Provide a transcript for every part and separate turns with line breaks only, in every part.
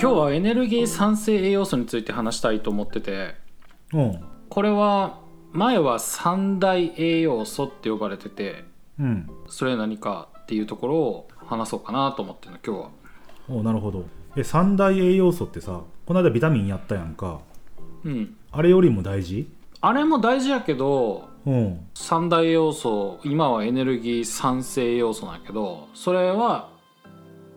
今日はエネルギー酸性栄養素について話したいと思ってて
うん
これは前は三大栄養素って呼ばれてて
うん
それ何かっていうところを話そうかなと思ってるの今日は
おなるほどえ三大栄養素ってさこの間ビタミンやったやんか
うん
あれよりも大事
あれも大事やけど
うん
三大栄養素今はエネルギー酸性栄養素なんやけどそれは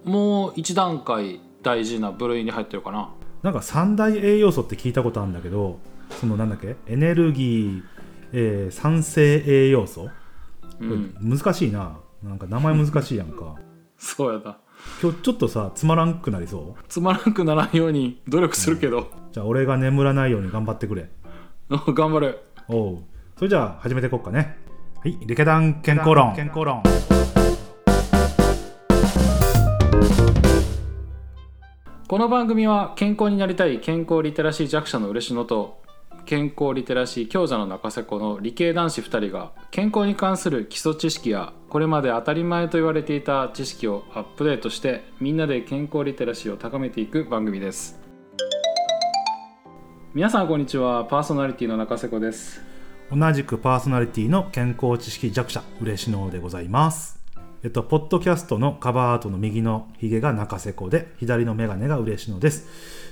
もう一段階大事な部類に入ってるかな
なんか三大栄養素って聞いたことあるんだけどそのなんだっけエネルギー、えー酸性栄養素、
うん
難しいななんか名前難しいやんか
そうやな
今日ちょっとさつまらんくなりそう
つまらなくならんように努力するけど、
じゃあ俺が眠らないように頑張ってくれ
頑張る
おうそれじゃあ始めていこうかねはい「リケダン健康論」健康論
この番組は健康になりたい健康リテラシー弱者の嬉野と健康リテラシー強者の中瀬子の理系男子2人が健康に関する基礎知識やこれまで当たり前と言われていた知識をアップデートしてみんなで健康リテラシーを高めていく番組です皆さんこんにちはパーソナリティの中瀬子です
同じくパーソナリティの健康知識弱者嬉野でございますえっとポッドキャストのカバーアートの右のひげが中瀬子で左の眼鏡が嬉野です、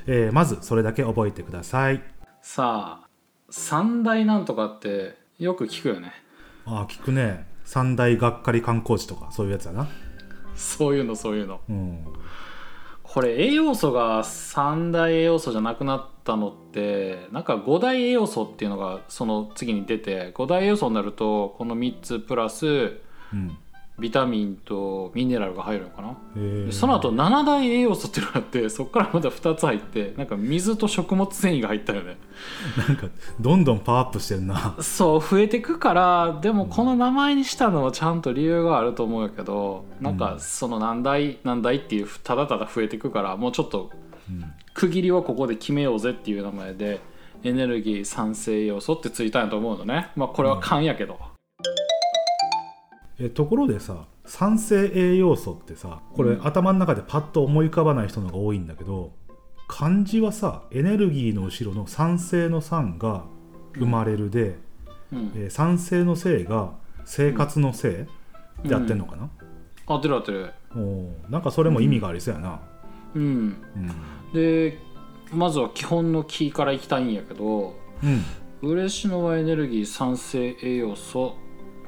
えーまずそれだけ覚えてください
さあ三大なんとかってよく聞くよね
あー聞くね三大がっかり観光地とかそういうやつやな
そういうのそういうの
うん
これ栄養素が三大栄養素じゃなくなったのってなんか五大栄養素っていうのがその次に出て五大栄養素になるとこの3つプラス
うん
ビタミンとミネラルが入るのかな、
えー
でその後七大栄養素っていうのがあってそこからまた2つ入ってなんか水と食物繊維が入ったよね
なんかどんどんパワーアップしてるな
そう増えてくからでもこの名前にしたのはちゃんと理由があると思うけどなん
う
か
ん
その何代何代っていうただただ増えてくからもうちょっと
うん
区切りはここで決めようぜっていう名前でエネルギー酸性要素ってついたんやと思うのねまあこれは勘やけど、
えところでさ酸性栄養素ってさこれ、
うん
頭の中でパッと思い浮かばない人の方が多いんだけど漢字はさエネルギーの後ろの酸性の酸が生まれるで、
うん
えー酸性の性が生活の性で合ってんのかな、
合ってる合ってる
おーなんかそれも意味がありそうやな、
うん
うん
でまずは基本のキーからいきたいんやけど
うん
嬉野はエネルギー酸性栄養素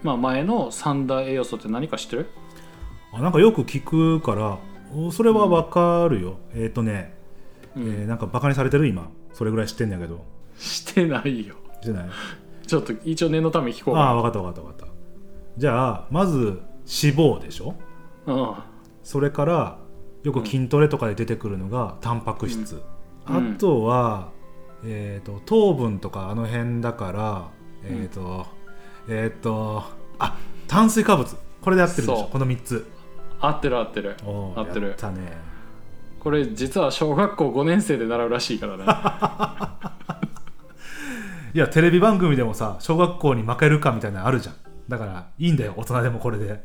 まあ前の三大栄養素って何か知ってる
あなんかよく聞くからおそれはわかるよ、えっ、とね、
うん
えーなんかバカにされてる今それぐらい知ってんだけど
してないよ
じゃない
ちょっと一応念のため聞こう
ああ
か
分かった分かった分かったじゃあまず脂肪でしょ
なうん
それからよく筋トレとかで出てくるのがタンパク質、
うん
あとは、えー、と糖分とかあの辺だからえっ、と、えっ、とあ炭水化物これで合ってるでし
そ
ょ
う
この3つ
合ってる合ってる
おー
合ってる
やったね
これ実は小学校5年生で習うらしいからね
いやテレビ番組でもさ小学校に負けるかみたいなのあるじゃんだからいいんだよ大人でもこれで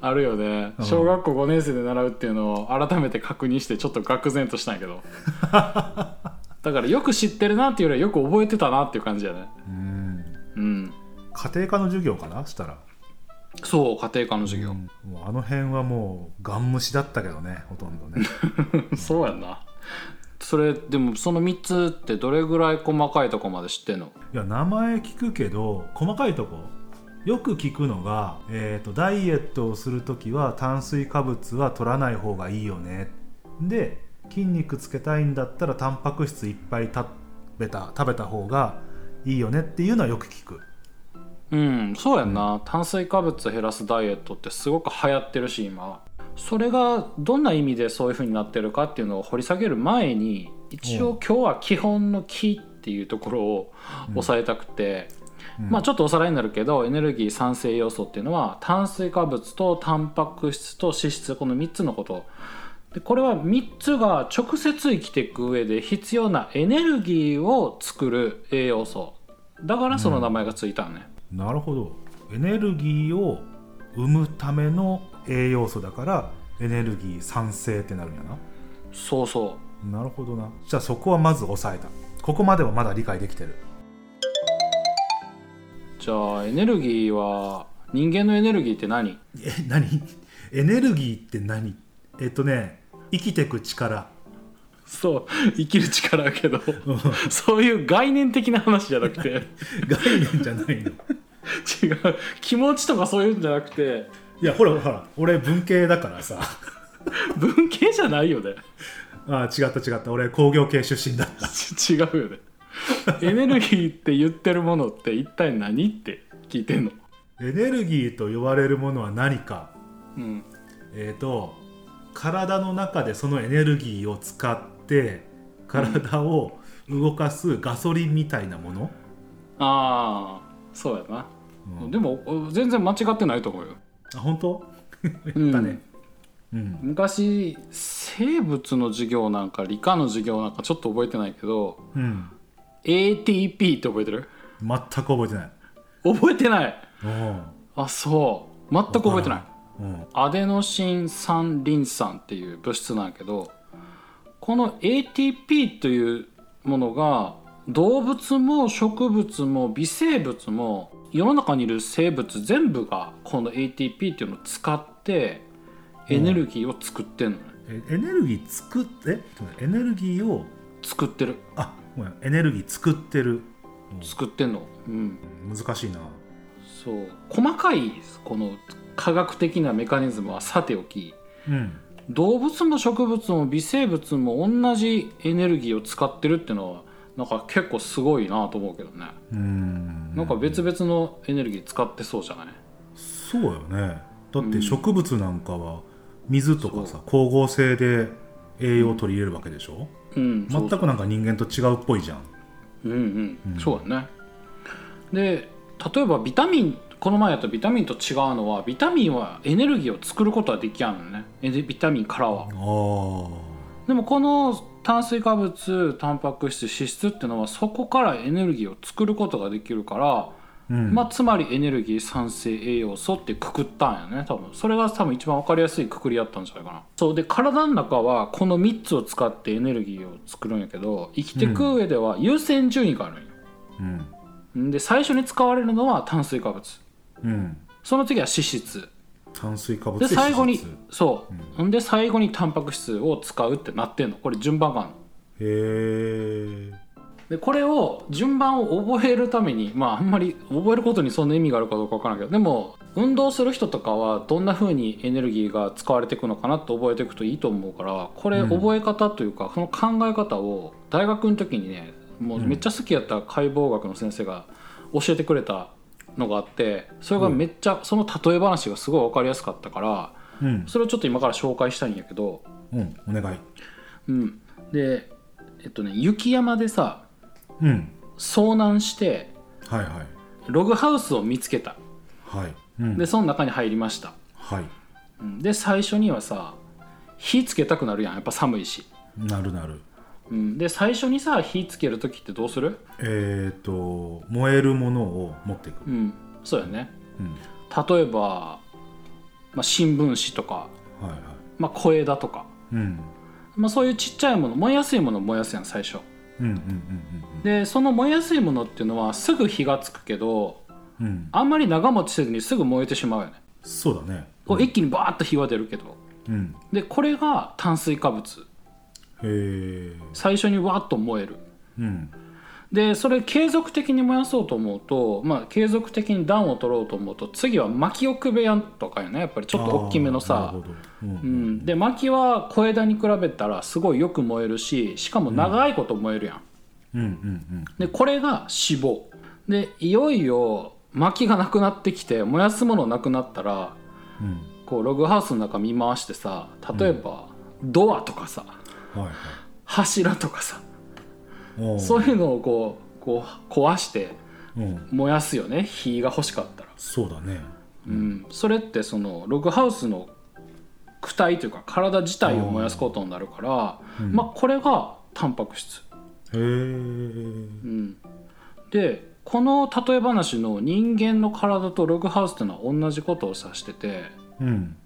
あるよね
うん
小学校5年生で習うっていうのを改めて確認してちょっと愕然としたんやけ どだからよく知ってるなっていうよりはよく覚えてたなっていう感じやね
うん
うん
家庭科の授業かなしたら
そう家庭科の授業、
うんもうあの辺はもうガン虫だったけどねほとんど ね
そうやんなそれでもその3つってどれぐらい細かいとこまで知ってんの
いや名前聞くけど細かいとこよく聞くのが、えー、とダイエットをする時は炭水化物は取らない方がいいよねで筋肉つけたいんだったらタンパク質いっぱい食べた食べた方がいいよねっていうのはよく聞く
うんそうやんな、炭水化物減らすダイエットってすごく流行ってるし今それがどんな意味でそういう風になってるかっていうのを掘り下げる前に一応今日は基本の「木」っていうところを押さえたくて、
うん
まあちょっとおさらいになるけどエネルギー酸性要素っていうのは炭水化物とタンパク質と脂質この3つのことでこれは3つが直接生きていく上で必要なエネルギーを作る栄養素だからその名前がついたのね、
なるほどエネルギーを生むための栄養素だからエネルギー酸性ってなるんや
そうそ
ななるほどなじゃあそこはまず抑えたここまではまだ理解できてる
うじゃあエネルギーは人間のエネルギーって何
え何エネルギーって何えっとね生きてく力
そう生きる力だけど
うん
そういう概念的な話じゃなくて
概念じゃないの
違う気持ちとかそういうんじゃなくて
いやほらほら俺文系だからさ
文系じゃないよね
あ違った違った俺工業系出身だった
ち違うよねエネルギーって言ってるものって一体何って聞いてんの
エネルギーと呼ばれるものは何か
うん
えっ、と体の中でそのエネルギーを使って体を動かすガソリンみたいなもの、
ああそうやな、
うん
でもお全然間違ってないと思うよ
あ本当
うん
だねうん
昔生物の授業なんか理科の授業なんかちょっと覚えてないけど
うん
ATP って覚えてる
全く覚えてない
覚えてない
うん
あそう全く覚えてない
うん
アデノシン酸リン酸っていう物質なんやけどこの ATP というものが動物も植物も微生物も世の中にいる生物全部がこの ATP っていうのを使ってエネルギーを作ってんのね、
えエネルギー作ってえちょっと待ってエネルギーを
作ってる
あごめんエネルギー作ってる
作ってんのうん
難しいな
そう細かいこの科学的なメカニズムはさておき
うん
動物も植物も微生物も同じエネルギーを使ってるってのはなんか結構すごいなと思うけどね
うん
なんか別々のエネルギー使ってそうじゃない
そうよねだっ
う
て
ん
植物なんかは水とか
そ
さ光合成で栄養を取り入れるわけでしょ、
うんそう
全くなんか人間と違うっぽいじゃん
うんうん、
うん
そうだねで例えばビタミンこの前やったビタミンと違うのはビタミンはエネルギーを作ることはできやんのねエネビタミンからは
あー
でもこの炭水化物タンパク質脂質ってのはそこからエネルギーを作ることができるから、
うん
まあ、つまりエネルギー酸性栄養素ってくくったんやね多分それが多分一番分かりやすいくくりやったんじゃないかなそうで体の中はこの3つを使ってエネルギーを作るんやけど生きてく上では優先順位があるんよ、
うん
ん、で最初に使われるのは炭水化物
うん
その次は脂質
炭水化物
で
で
最後
脂
に
質
そう、ん、で最後にタンパク質を使うってなってんのこれ順番があるの
へえ
でこれを順番を覚えるためにまああんまり覚えることにそんな意味があるかどうかわからないけどでも運動する人とかはどんな風にエネルギーが使われていくのかなって覚えていくといいと思うからこれ
うん
覚え方というか、その考え方を大学の時にねもうめっちゃ好きやった解剖学の先生が教えてくれたのがあってそれがめっちゃその例え話がすごい分かりやすかったから
うん
それをちょっと今から紹介したいんやけど、
うんお願い
うん、でえっとね雪山でさ
うん
遭難して
はいはい
ログハウスを見つけた
はいうん
でその中に入りました
はい
うんで最初にはさ火つけたくなるやんやっぱ寒いし、
なるなる
うん、で最初にさ火つける時ってどうする
えっ、と燃えるものを持っていく、
うんそうよね
うん、
例えば、まあ、新聞紙とか、
はいはい
まあ、小枝とか、
うん
まあ、そういうちっちゃいもの燃えやすいもの燃やすやん最初
うんうん
でその燃えやすいものっていうのはすぐ火がつくけど
うんうんうん
あんまり長持ちせずにすぐ燃えてしまうよね
そうだね
こう一気にバーッと火は出るけど
うん
でこれが炭水化物
へえ
最初にわーっと燃える
うん
でそれ継続的に燃やそうと思うと、まあ、継続的に暖を取ろうと思うと次は薪をくべやんとかやねやっぱりちょっと大きめの
あーな
さ
るほどうん
うん、で薪は小枝に比べたらすごいよく燃えるししかも長いこと燃えるやん、
うんうん
でこれが脂肪でいよいよ薪がなくなってきて燃やすものなくなったら
うん
こうログハウスの中見回してさ例えばドアとかさ
うんはいはい
柱とかさ
おー
そういうのをこうこう壊して
うん
燃やすよね火が欲しかったら、
そうだね
うん、それってそのログハウスの躯体というか体自体を燃やすことになるから、
うん
まあこれがタンパク質、
へ
う
え
ん、でこの例え話の人間の体とログハウスっていうのは同じことを指してて
うん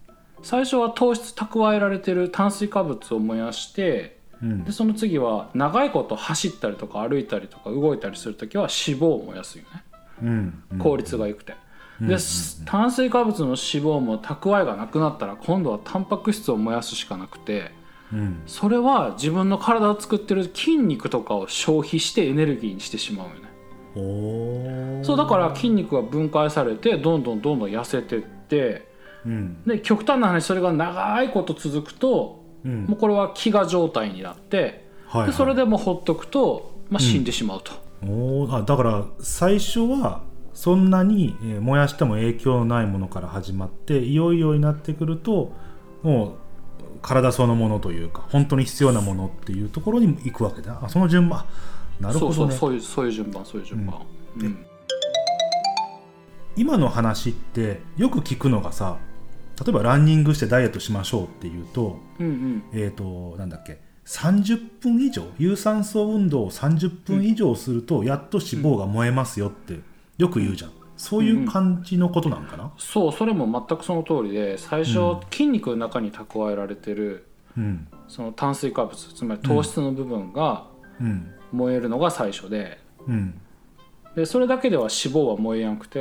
最初は糖質蓄えられてる炭水化物を燃やして
うん
でその次は長いこと走ったりとか歩いたりとか動いたりする時は脂肪を燃やすよね
うんうん
効率が良くて。
うん
で炭水化物の脂肪も蓄えがなくなったら今度はタンパク質を燃やすしかなくて
うん
それは自分の体を作ってる筋肉とかを消費してエネルギーにしてしまうよね
おお
そうだから筋肉が分解されてどんどんどんどん痩せてって
うん
で極端な話それが長いこと続くと
うん
もうこれは飢餓状態になって
はいはい
でそれでもうほっとくと、まあ、死んでしまうと、
おーあだから最初はそんなにえー燃やしても影響のないものから始まっていよいよになってくるともう体そのものというか本当に必要なものっていうところに行くわけだあその順番あなる
そ
ほ
うそ
ど
う
ね
そういうそういう順番そういう順番、うん
今の話ってよく聞くのがさ例えばランニングしてダイエットしましょうっていうと
うんうん
えっ、となんだっけ30分以上有酸素運動を30分以上するとやっと脂肪が燃えますよってよく言うじゃん、そういう感じのことなんかな、
そうそれも全くその通りで最初、
うん
筋肉の中に蓄えられてる
うん
その炭水化物つまり糖質の部分が
うん
燃えるのが最初で
うん
でそれだけでは脂肪は燃えやんくて、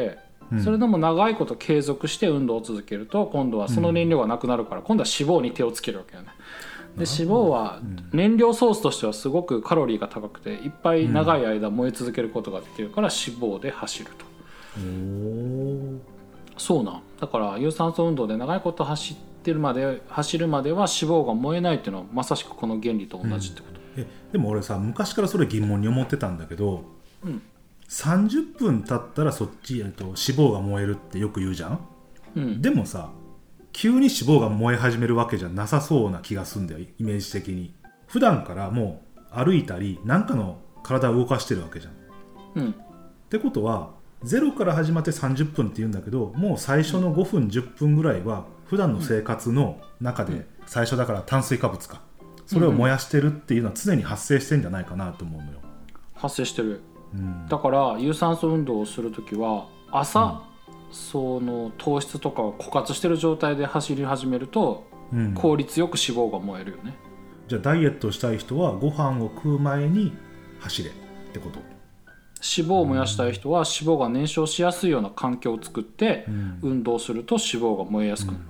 うん
それでも長いこと継続して運動を続けると今度はその燃料がなくなるから、今度は脂肪に手をつけるわけよね。で脂肪は燃料ソースとしてはすごくカロリーが高くていっぱい長い間燃え続けることができるから脂肪で走ると。
おー
そうなんだから有酸素運動で長いこと走ってるまで走るまでは脂肪が燃えないっていうのはまさしくこの原理と同じってこと、
えでも俺さ昔からそれ疑問に思ってたんだけど、
うん
30分経ったらそっち、えっと、脂肪が燃えるってよく言うじゃん
うん
でもさ急に脂肪が燃え始めるわけじゃなさそうな気がすんだよイメージ的に普段からもう歩いたり何かの体を動かしてるわけじゃんっ
うん
てことはゼロから始まって30分って言うんだけどもう最初の5分10分ぐらいは普段の生活の中で最初だから炭水化物かそれを燃やしてるっていうのは常に発生してんじゃないかなと思うのよ、
発生してる
うん、
だから有酸素運動をする時は朝、その糖質とかを枯渇してる状態で走り始めると
うん
効率よく脂肪が燃えるよね、
じゃあダイエットしたい人はご飯を食う前に走れってこと
脂肪を燃やしたい人は脂肪が燃焼しやすいような環境を作って
ん
運動すると脂肪が燃えやすくなる、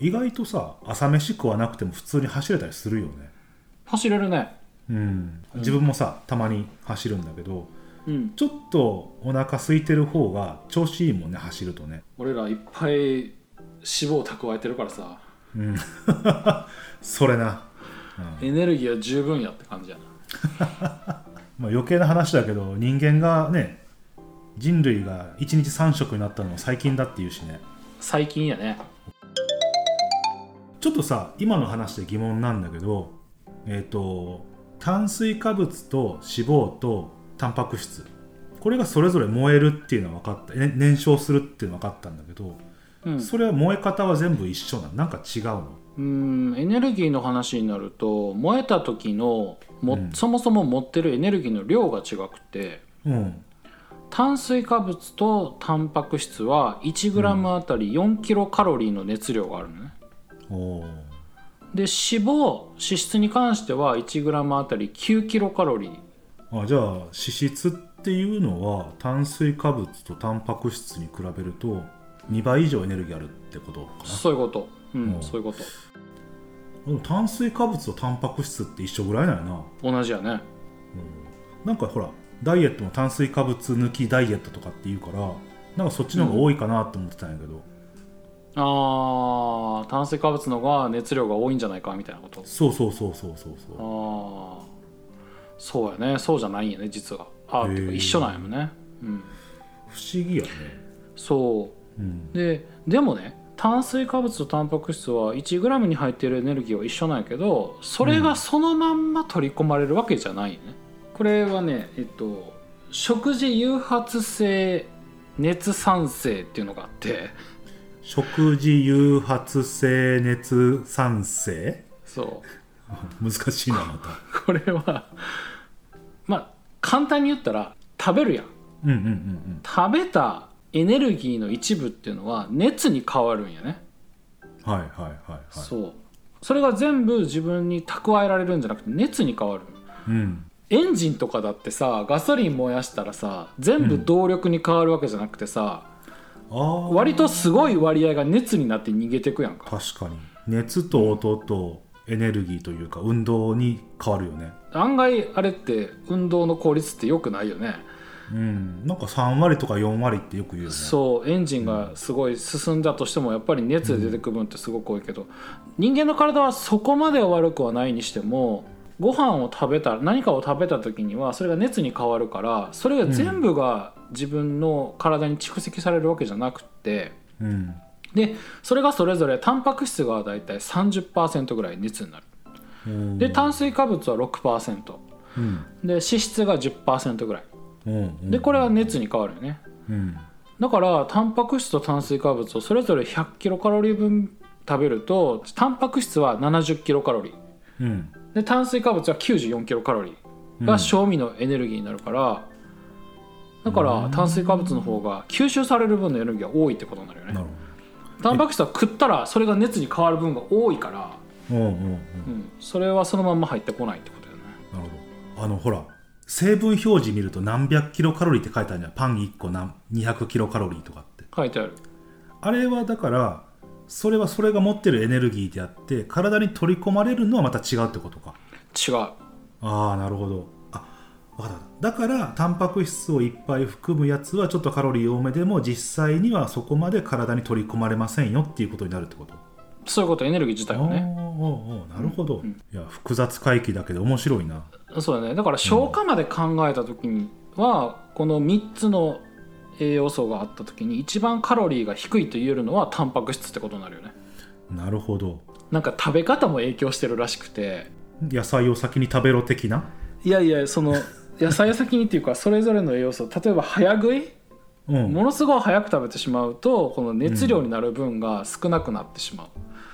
意外とさ朝飯食わなくても普通に走れたりするよね、
走れるね
うん、自分もさたまに走るんだけど
うん
ちょっとお腹空いてる方が調子いいもんね走るとね、
俺らいっぱい脂肪を蓄えてるからさ
うん、それな、うん
エネルギーは十分やって感じやな
まあ、余計な話だけど人間がね人類が1日3食になったのは最近だっていうしね
最近やね
ちょっとさ今の話で疑問なんだけどえっ、と炭水化物と脂肪とタンパク質これがそれぞれ燃えるっていうのは分かった、ね燃焼するっていうのは分かったんだけど、
うんう
それは燃え方は全部一緒なのなんか違うの
ーんエネルギーの話になると燃えた時のも、
うん
そもそも持ってるエネルギーの量が違くて
うん
炭水化物とタンパク質は 1g あたり4キロカロリーの熱量があるのね
おー
で脂肪脂質に関しては 1g あたり9キロカロリー
あじゃあ脂質っていうのは炭水化物とタンパク質に比べると2倍以上エネルギーあるってことかな
そういうことうん、
うん
そういうこと
でも炭水化物とタンパク質って一緒ぐらいなんやな
同じやね
なんかほらダイエットも炭水化物抜きダイエットとかっていうからなんかそっちの方が多いかなと思ってたんやけど、
あー炭水化物の方が熱量が多いんじゃないかみたいなこと
そうそうそうそうそうそう
ああそうやねそうじゃないんやね実はああ
へー
てか一緒なんやもんね、うん、
不思議やね
そ
うん
うででもね炭水化物とタンパク質は 1g に入っているエネルギーは一緒なんやけどそれがそのまんま取り込まれるわけじゃないよね、これはねえっと食事誘発性熱産生っていうのがあって
食事誘発性熱産生
そう
難し いなまた
これはまあ簡単に言ったら食べるやん
うんうんうん
食べたエネルギーの一部っていうのは熱に変わるんやね、
うんはいはいはいはい
そうそれが全部自分に蓄えられるんじゃなくて熱に変わる
うん
エンジンとかだってさガソリン燃やしたらさ全部動力に変わるわけじゃなくてさ、
あー
割とすごい割合が熱になって逃げてくやんか
確かに熱と音とエネルギーというか運動に変わるよね
案外あれって運動の効率って良くないよね
うんなんか3割とか4割ってよく言うよね
そうエンジンがすごい進んだとしてもやっぱり熱で出てく分ってすごく多いけど、人間の体はそこまで悪くはないにしてもご飯を食べた何かを食べた時にはそれが熱に変わるからそれが全部が自分の体に蓄積されるわけじゃなくって
うん
でそれがそれぞれタンパク質がだいたい30%ぐらい熱になる
うん
で炭水化物は6%
うん
で脂質が10%ぐらい
うん
でこれは熱に変わるよね
うん
だからタンパク質と炭水化物をそれぞれ100キロカロリー分食べるとタンパク質は70キロカロリー
うん
で炭水化物は94キロカロリー
う
が
ん
賞味のエネルギーになるから、だか
う
ら
ん
炭水化物の方が吸収される分のエネルギーが多いってことになるよ
なる
ね
ほ
タンパク質は食ったらそれが熱に変わる分が多いから、
どうんうんうん
うん、それはそのまんま入ってこないってことだよね
なるほどあのほら成分表示見ると何百キロカロリーって書いてあるじゃんパン1個何200キロカロリーとかって
書いてある
あれはだからそれはそれが持ってるエネルギーであって体に取り込まれるのはまた違うってことか
違う
ああなるほどあわかっただからタンパク質をいっぱい含むやつはちょっとカロリー多めでも実際にはそこまで体に取り込まれませんよっていうことになるってこと
そういうことエネルギー自体
あ
はね
おーおーおーなるほど、
うんうん
いや複雑回帰だけど面白いな
そうだねだから消化まで考えた時には、この3つの栄養素があった時に一番カロリーが低いと言えるのはタンパク質ってことになるよね
なるほど
なんか食べ方も影響してるらしくて
野菜を先に食べろ的ない
やいやその野菜先にっていうかそれぞれの栄養素例えば早食い
うん
ものすごい早く食べてしまうとこの熱量になる分が少なくなってしまう、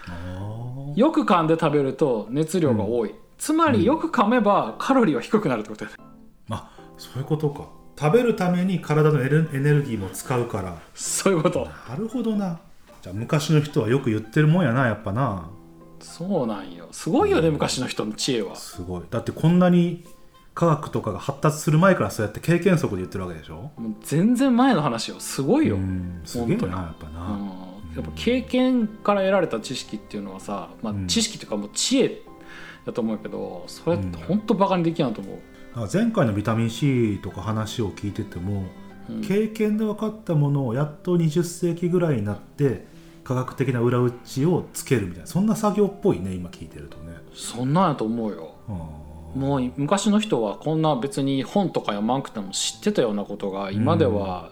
あー
よく噛んで食べると熱量が多い、つまりよく噛めばカロリーは低くなるってことだよね
あそういうことか食べるために体のエネエネルギーも使うから
そういうこと
なるほどなじゃあ昔の人はよく言ってるもんやなやっぱな
そうなんよすごいよね昔の人の知恵は
すごいだってこんなに科学とかが発達する前からそうやって経験則で言ってるわけでしょ
もう全然前の話よすごいよ、
う
うん
んすげえな
本当に
やっぱな、
やっぱ経験から得られた知識っていうのはさ、まあ
う、ん
知識というかもう知恵だと思うけどそれって
うん
本当バカにできないと思う、
なんか前回のビタミン C とか話を聞いてても、
うん
経験で分かったものをやっと20世紀ぐらいになって科学的な裏打ちをつけるみたいなそんな作業っぽいね今聞いてるとね
そんなんやと思うよ
あー
もう昔の人はこんな別に本とか読まんくても知ってたようなことが今では、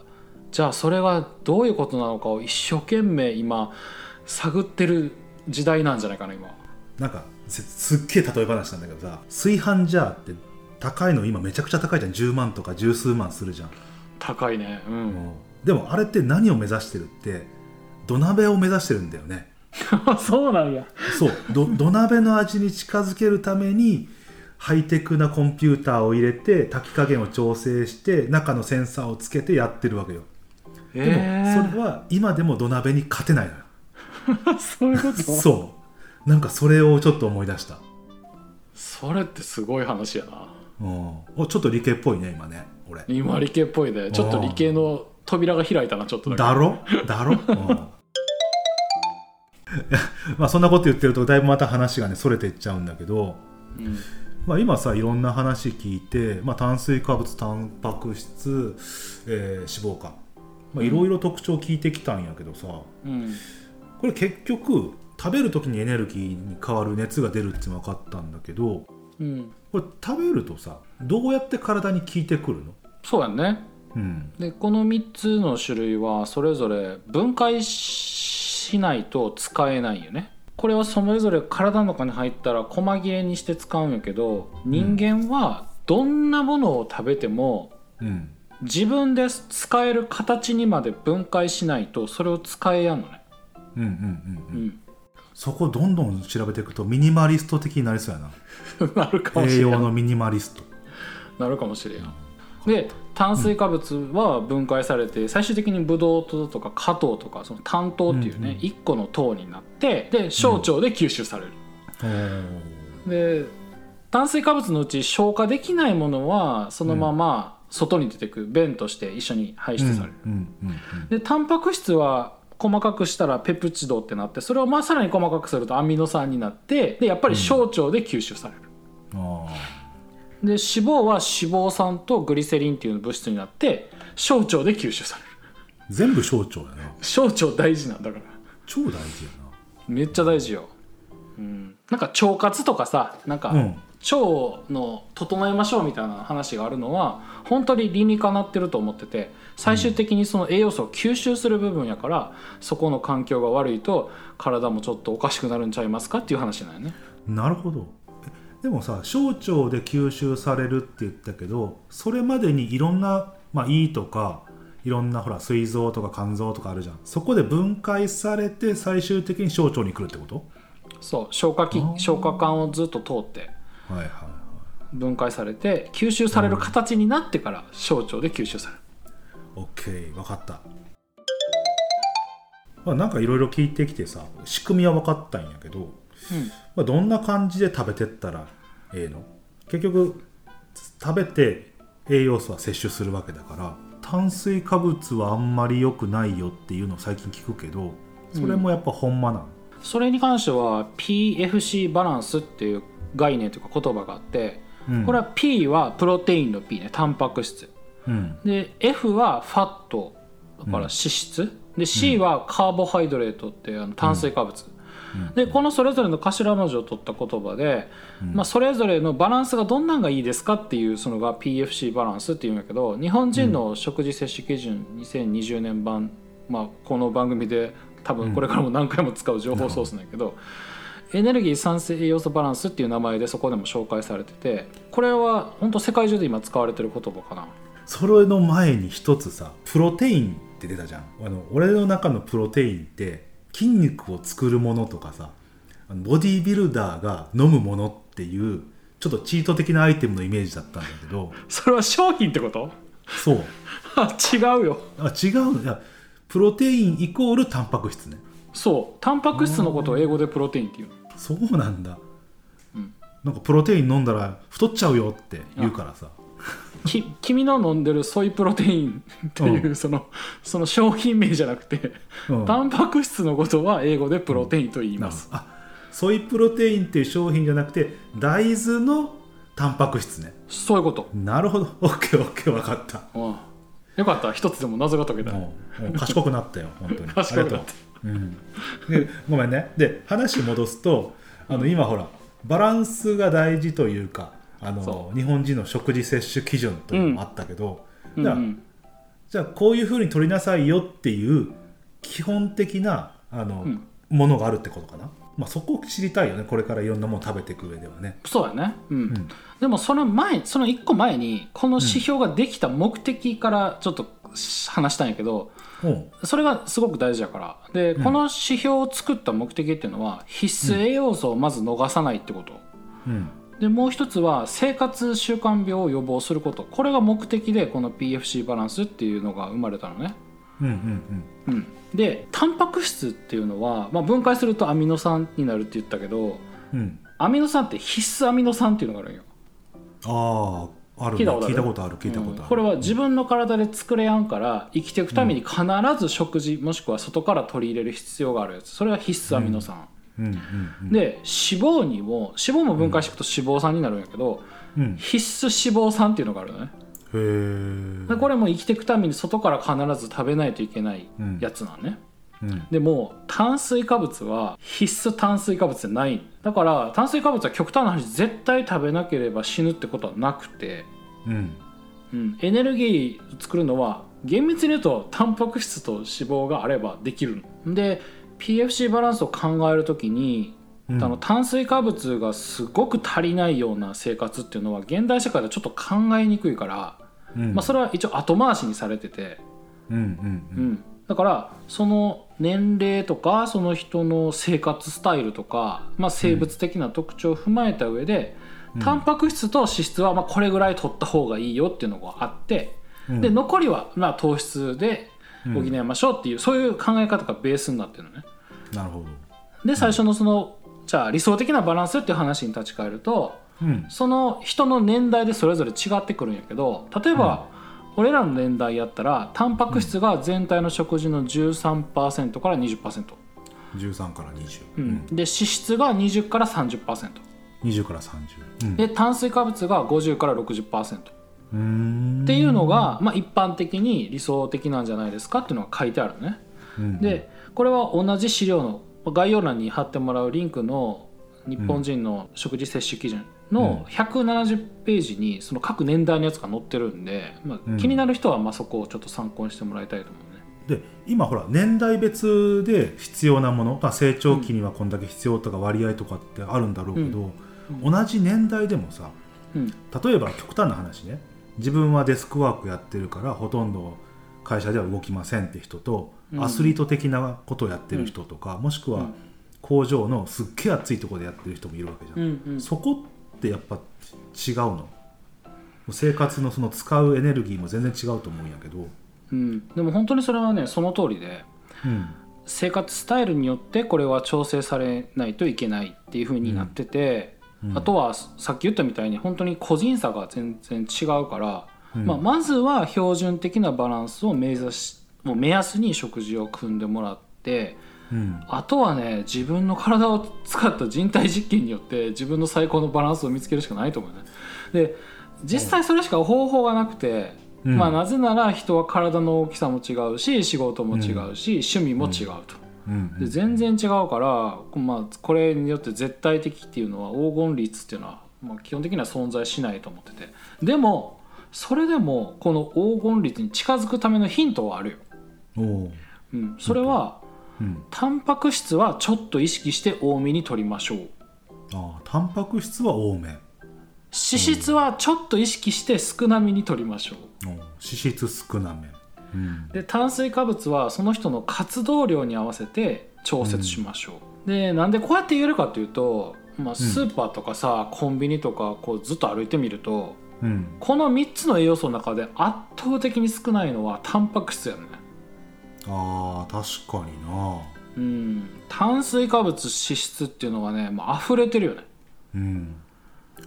じゃあそれはどういうことなのかを一生懸命今探ってる時代なんじゃないかな今
なんかせすっげえ例え話なんだけどさ炊飯ジャーって高いの今めちゃくちゃ高いじゃん10万とか十数万するじゃん
高いねうん、
でもあれって何を目指してるって土鍋を目指してるんだよね
そうなんや
そうど土鍋の味に近づけるためにハイテクなコンピューターを入れて炊き加減を調整して中のセンサーをつけてやってるわけよ
で
でもそれは今でも土鍋に勝てないのよ、
そういうこと
そうなんかそれをちょっと思い出した、
それってすごい話やな
うん、おちょっと理系っぽいね今ね俺
今理系っぽいでちょっと理系の扉が開いたなちょっとだけ
だろ だろ、うん まあそんなこと言ってるとだいぶまた話がねそれていっちゃうんだけど、
うん
まあ、今さいろんな話聞いて、まあ、炭水化物タンパク質、えー脂肪肝、まあ、いろいろ特徴聞いてきたんやけどさ
うん
これ結局食べる時にエネルギーに変わる熱が出るっていうの分かったんだけど
うん、
これ食べるとさどうやって体に効いてくるの
そうやね
うん
でこの3つの種類はそれぞれ分解しないと使えないよねこれはそれぞれ体の中に入ったら細切れにして使うんやけど人間はどんなものを食べても
うん
自分で使える形にまで分解しないとそれを使えやんのね、
うんうんうん
う
うん
ん、
そこどんどん調べていくとミニマリスト的になりそうやな
なるかもし
栄
れん
養のミニマリスト
なるかもしれんで炭水化物は分解されて、最終的にブドウ糖とか果糖とかその単糖っていう
うんうん
ね、一1個の糖になってで小腸で吸収される、
おー
で炭水化物のうち消化できないものはそのまま外に出てく便として一緒に排出される、
うんうんうんうん
でタンパク質は細かくしたらペプチドってなってそれをまあさらに細かくするとアミノ酸になってでやっぱり小腸で吸収される、
あ
で脂肪は脂肪酸とグリセリンっていう物質になって小腸で吸収される
ー全部小腸やな
小腸大事なんだから
超大事や
めっちゃ大事よ、うん、なんか腸活とかさなんか、
なうん
腸の整えましょうみたいな話があるのは本当に理にかなってると思ってて最終的にその栄養素を吸収する部分やからそこの環境が悪いと体もちょっとおかしくなるんちゃいますかっていう話なんよね。
なるほどえでもさ小腸で吸収されるって言ったけどそれまでにいろんな、まあ、胃とかいろんなほら膵臓とか肝臓とかあるじゃんそこで分解されて最終的に小腸に来るってこと
そう消化器
あー
消化管をずっと通って
はいはいは
分解されて吸収される形になってから小腸で吸収される。
い OK 分かった、まあ、なんかいろいろ聞いてきてさ仕組みは分かったんやけど、
うん
まあ、どんな感じで食べてったらええの結局食べて栄養素は摂取するわけだから炭水化物はあんまり良くないよっていうのを最近聞くけどそれもやっぱほんまなの、
それに関しては PFC バランスっていう概念というか言葉があって
うん
これは P はプロテインの P ねタンパク質。
うん
で F はファットだから脂質、で C はカーボハイドレートってあの炭水化物、
うん
でこのそれぞれの頭文字を取った言葉で、まあ、それぞれのバランスがどんなんがいいですかっていうそのが PFC バランスっていうんだけど日本人の食事摂取基準2020年版、まあ、この番組で多分これからも何回も使う情報ソースなんやけど、エネルギー酸性栄養素バランスっていう名前でそこでも紹介されててこれは本当世界中で今使われてる言葉かな。
それの前に一つさプロテインって出たじゃんあの俺の中のプロテインって筋肉を作るものとかさあのボディービルダーが飲むものっていうちょっとチート的なアイテムのイメージだったんだけ ど
それは商品ってこと
そう
あ違うよ
あ違ういやプロテインイコールタンパク質ね
そうタンパク質のことを英語でプロテインっていう
そうなんだ、
うん
なんかプロテイン飲んだら太っちゃうよって言うからさ
き君の飲んでるソイプロテインっていう、
う
そのその商品名じゃなくて、
うん
タンパク質のことは英語でプロテインと言いま
なる
す
ほ、どあソイプロテインっていう商品じゃなくて大豆のタンパク質ね
そういうこと、
なるほど OKOK 分かった
うん、よかった一つでも謎が解けた、
もうもう賢くなっ たよ本当に
賢くなった
ありがとう、うん、でごめんねで話戻すとあの今ほらバランスが大事というかあ
そ
の日本人の食事摂取基準というのもあったけど、
うん
じ
う
ゃあ
ん、
じゃあこういうふうに取りなさいよっていう基本的なあの、
うん
ものがあるってことかな、まあ、そこを知りたいよねこれからいろんなもの食べていく上ではね
そうだね、うん
ん
でもその前その1個前にこの指標ができた目的からちょっと話したんやけど、
うん
それがすごく大事だからで、この指標を作った目的っていうのは必須栄養素をまず逃さないってこと、
うん
でもう一つは生活習慣病を予防することこれが目的でこの PFC バランスっていうのが生まれたのね、
うんうん
うん、でタンパク質っていうのは、まあ、分解するとアミノ酸になるって言ったけど
うんうん
アミノ酸って必須アミノ酸っていうのがあるんよ
あああるね
聞いたことある
聞いたことある聞いたことある、
うんこれは自分の体で作れやんから生きていくために必ず食事もしくは外から取り入れる必要があるやつそれは必須アミノ酸、
うんうんうん
で脂肪にも脂肪も分解していくと脂肪酸になるんやけど、
うん
必須脂肪酸っていうのがあるのね
へー
でこれも生きていくために外から必ず食べないといけないやつなんね、
うん
でも炭水化物は必須炭水化物じゃないだから炭水化物は極端な話絶対食べなければ死ぬってことはなくて、
うん
うん、エネルギーを作るのは厳密に言うとタンパク質と脂肪があればできるので PFC バランスを考えるときに
うん
あの炭水化物がすごく足りないような生活っていうのは現代社会ではちょっと考えにくいから、
うん
まあ、それは一応後回しにされてて、
うんうん
う
うん
ん、だからその年齢とかその人の生活スタイルとか、まあ、生物的な特徴を踏まえた上で、
うん
タンパク質と脂質はまあこれぐらい取った方がいいよっていうのがあって、
うん
で残りはまあ糖質で補いましょうっていう、そういう考え方がベースになってるのね。
なるほど
で最初のその、じゃあ理想的なバランスっていう話に立ち返ると
うん
その人の年代でそれぞれ違ってくるんやけど例えば、俺らの年代やったらタンパク質が全体の食事の13%から20%、
13から20、
う
うん
ん、で脂質が20から30%
20から30、うん、
で炭水化物が50から60%っ
うーん
ていうのが、まあ、一般的に理想的なんじゃないですかっていうのが書いてあるのね。
うん
でこれは同じ資料の概要欄に貼ってもらうリンクの日本人の食事摂取基準の170ページにその各年代のやつが載ってるんで、ま
うん
あ、気になる人はまあそこをちょっと参考にしてもらいたいと思うね。
で今ほら年代別で必要なもの、まあ、成長期にはこんだけ必要とか割合とかってあるんだろうけど、
う
同じ年代でもさ
うん
例えば極端な話ね自分はデスクワークやってるからほとんど会社では動きませんって人と、
うん
アスリート的なことをやってる人とか、もしく
う
は
ん
工場のすっげえ暑いところでやってる人もいるわけじゃん、
うんうん
そこってやっぱ違うのもう生活のその使うエネルギーも全然違うと思うんやけど、
うん、でも本当にそれはねその通りで
うん
生活スタイルによってこれは調整されないといけないっていう風になってて、
うん
あとはさっき言ったみたいに本当に個人差が全然違うから、
うん
まあ、まずは標準的なバランスを目指しもう目安に食事を組んでもらって
うん、
あとはね自分の体を使った人体実験によって自分の最高のバランスを見つけるしかないと思うね。で実際それしか方法がなくて、
うん
まあ、なぜなら人は体の大きさも違うし仕事も違うし、趣味も違うと。
うん
で全然違うから、まあ、これによって絶対的っていうのは黄金律っていうのは、まあ、基本的には存在しないと思っててでもそれでもこの黄金律に近づくためのヒントはあるよ、
おお、
うん、それは
うん、
タンパク質はちょっと意識して多めに取りましょう
ああタンパク質は多め
脂質はちょっと意識して少なめに取りましょう
おう脂質少なめ、うん
で炭水化物はその人の活動量に合わせて調節しましょう、でなんでこうやって言えるかというと、まあ、スーパーとかさ、コンビニとかこうずっと歩いてみると
うん、
この3つの栄養素の中で圧倒的に少ないのはタンパク質やね
あー確かにな
うん炭水化物脂質っていうのがねもう溢れてるよね
うん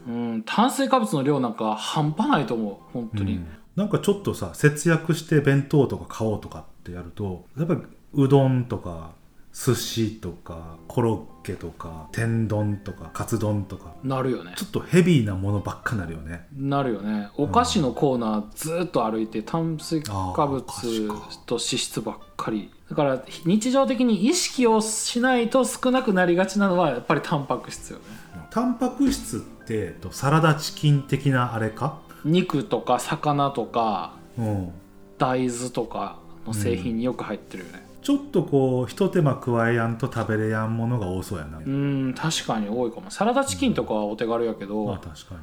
うん炭水化物の量なんか半端ないと思う本当に、
うんなんかちょっとさ節約して弁当とか買おうとかってやるとやっぱりうどんとか寿司とかコロッケとか天丼とかカツ丼とか
なるよね
ちょっとヘビーなものばっかなるよね
なるよねお菓子のコーナーずーっと歩いて炭水化物
あーお菓子
と脂質ばっかりだから日常的に意識をしないと少なくなりがちなのはやっぱりタンパク質よね
タンパク質ってえっとサラダチキン的なあれか
肉とか魚とか
うん
大豆とかの製品によく入ってるよね
ちょっとこうひと手間加えやんと食べれやんものが多そうやな、
うん確かに多いかもサラダチキンとかはお手軽やけ
まあ
ど、
確かに、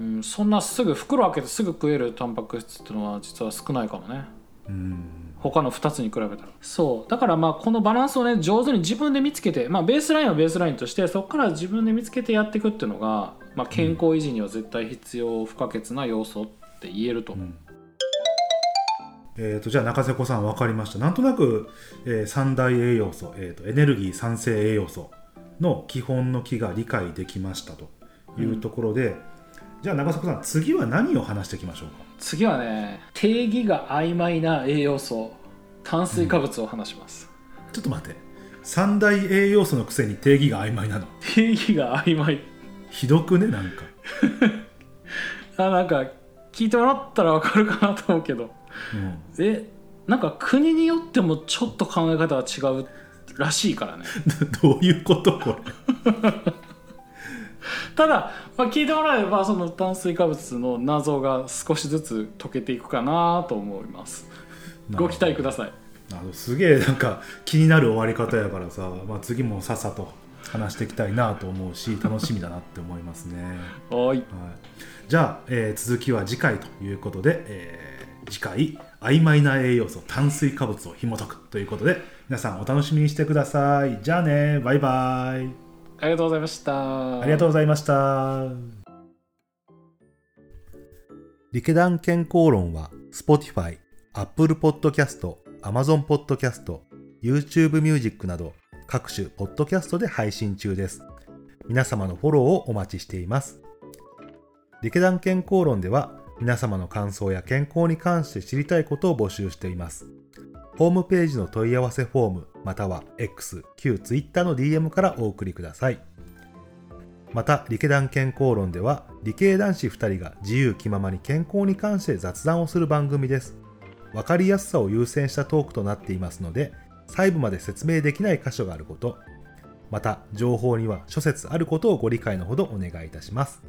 うん
うん、そんなすぐ袋開けてすぐ食えるタンパク質ってのは実は少ないかもね
うん
他の2つに比べたらそうだからまあこのバランスをね上手に自分で見つけて、まあ、ベースラインはベースラインとしてそこから自分で見つけてやっていくっていうのが、まあ、健康維持には絶対必要不可欠な要素って言えると思う、
えー、とじゃあ中瀬子さん分かりましたなんとなく、えー三大栄養素、えー、とエネルギー酸性栄養素の基本の木が理解できましたというところで、じゃあ中瀬子さん次は何を話していきましょうか
次はね定義が曖昧な栄養素炭水化物を話します、
ちょっと待って三大栄養素のくせに定義が曖昧なの
定義が曖昧
ひどくねなんか
あなんか聞いてもらったら分かるかなと思うけど
うん
えなんか国によってもちょっと考え方が違うらしいからね
どういうことこれ
ただ、まあ、聞いてもらえればその炭水化物の謎が少しずつ解けていくかなと思います ご期待ください
あのすげえなんか気になる終わり方やからさ、まあ、次もさっさと話していきたいなと思うし楽しみだなって思いますね、はい、
はい
じゃあ、えー続きは次回ということで、えー次回曖昧な栄養素炭水化物を紐解くということで皆さんお楽しみにしてくださいじゃあねバイバイ
ありがとうございました
ありがとうございましたリケダン健康論は Spotify、Apple Podcast、Amazon Podcast、YouTube Music など各種ポッドキャストで配信中です。皆様のフォローをお待ちしています。リケダン健康論では皆様の感想や健康に関して知りたいことを募集しています。ホームページの問い合わせフォームまたは X、旧 Twitter の DM からお送りください。また理系団健康論では理系男子2人が自由気ままに健康に関して雑談をする番組です分かりやすさを優先したトークとなっていますので細部まで説明できない箇所があることまた情報には諸説あることをご理解のほどお願いいたします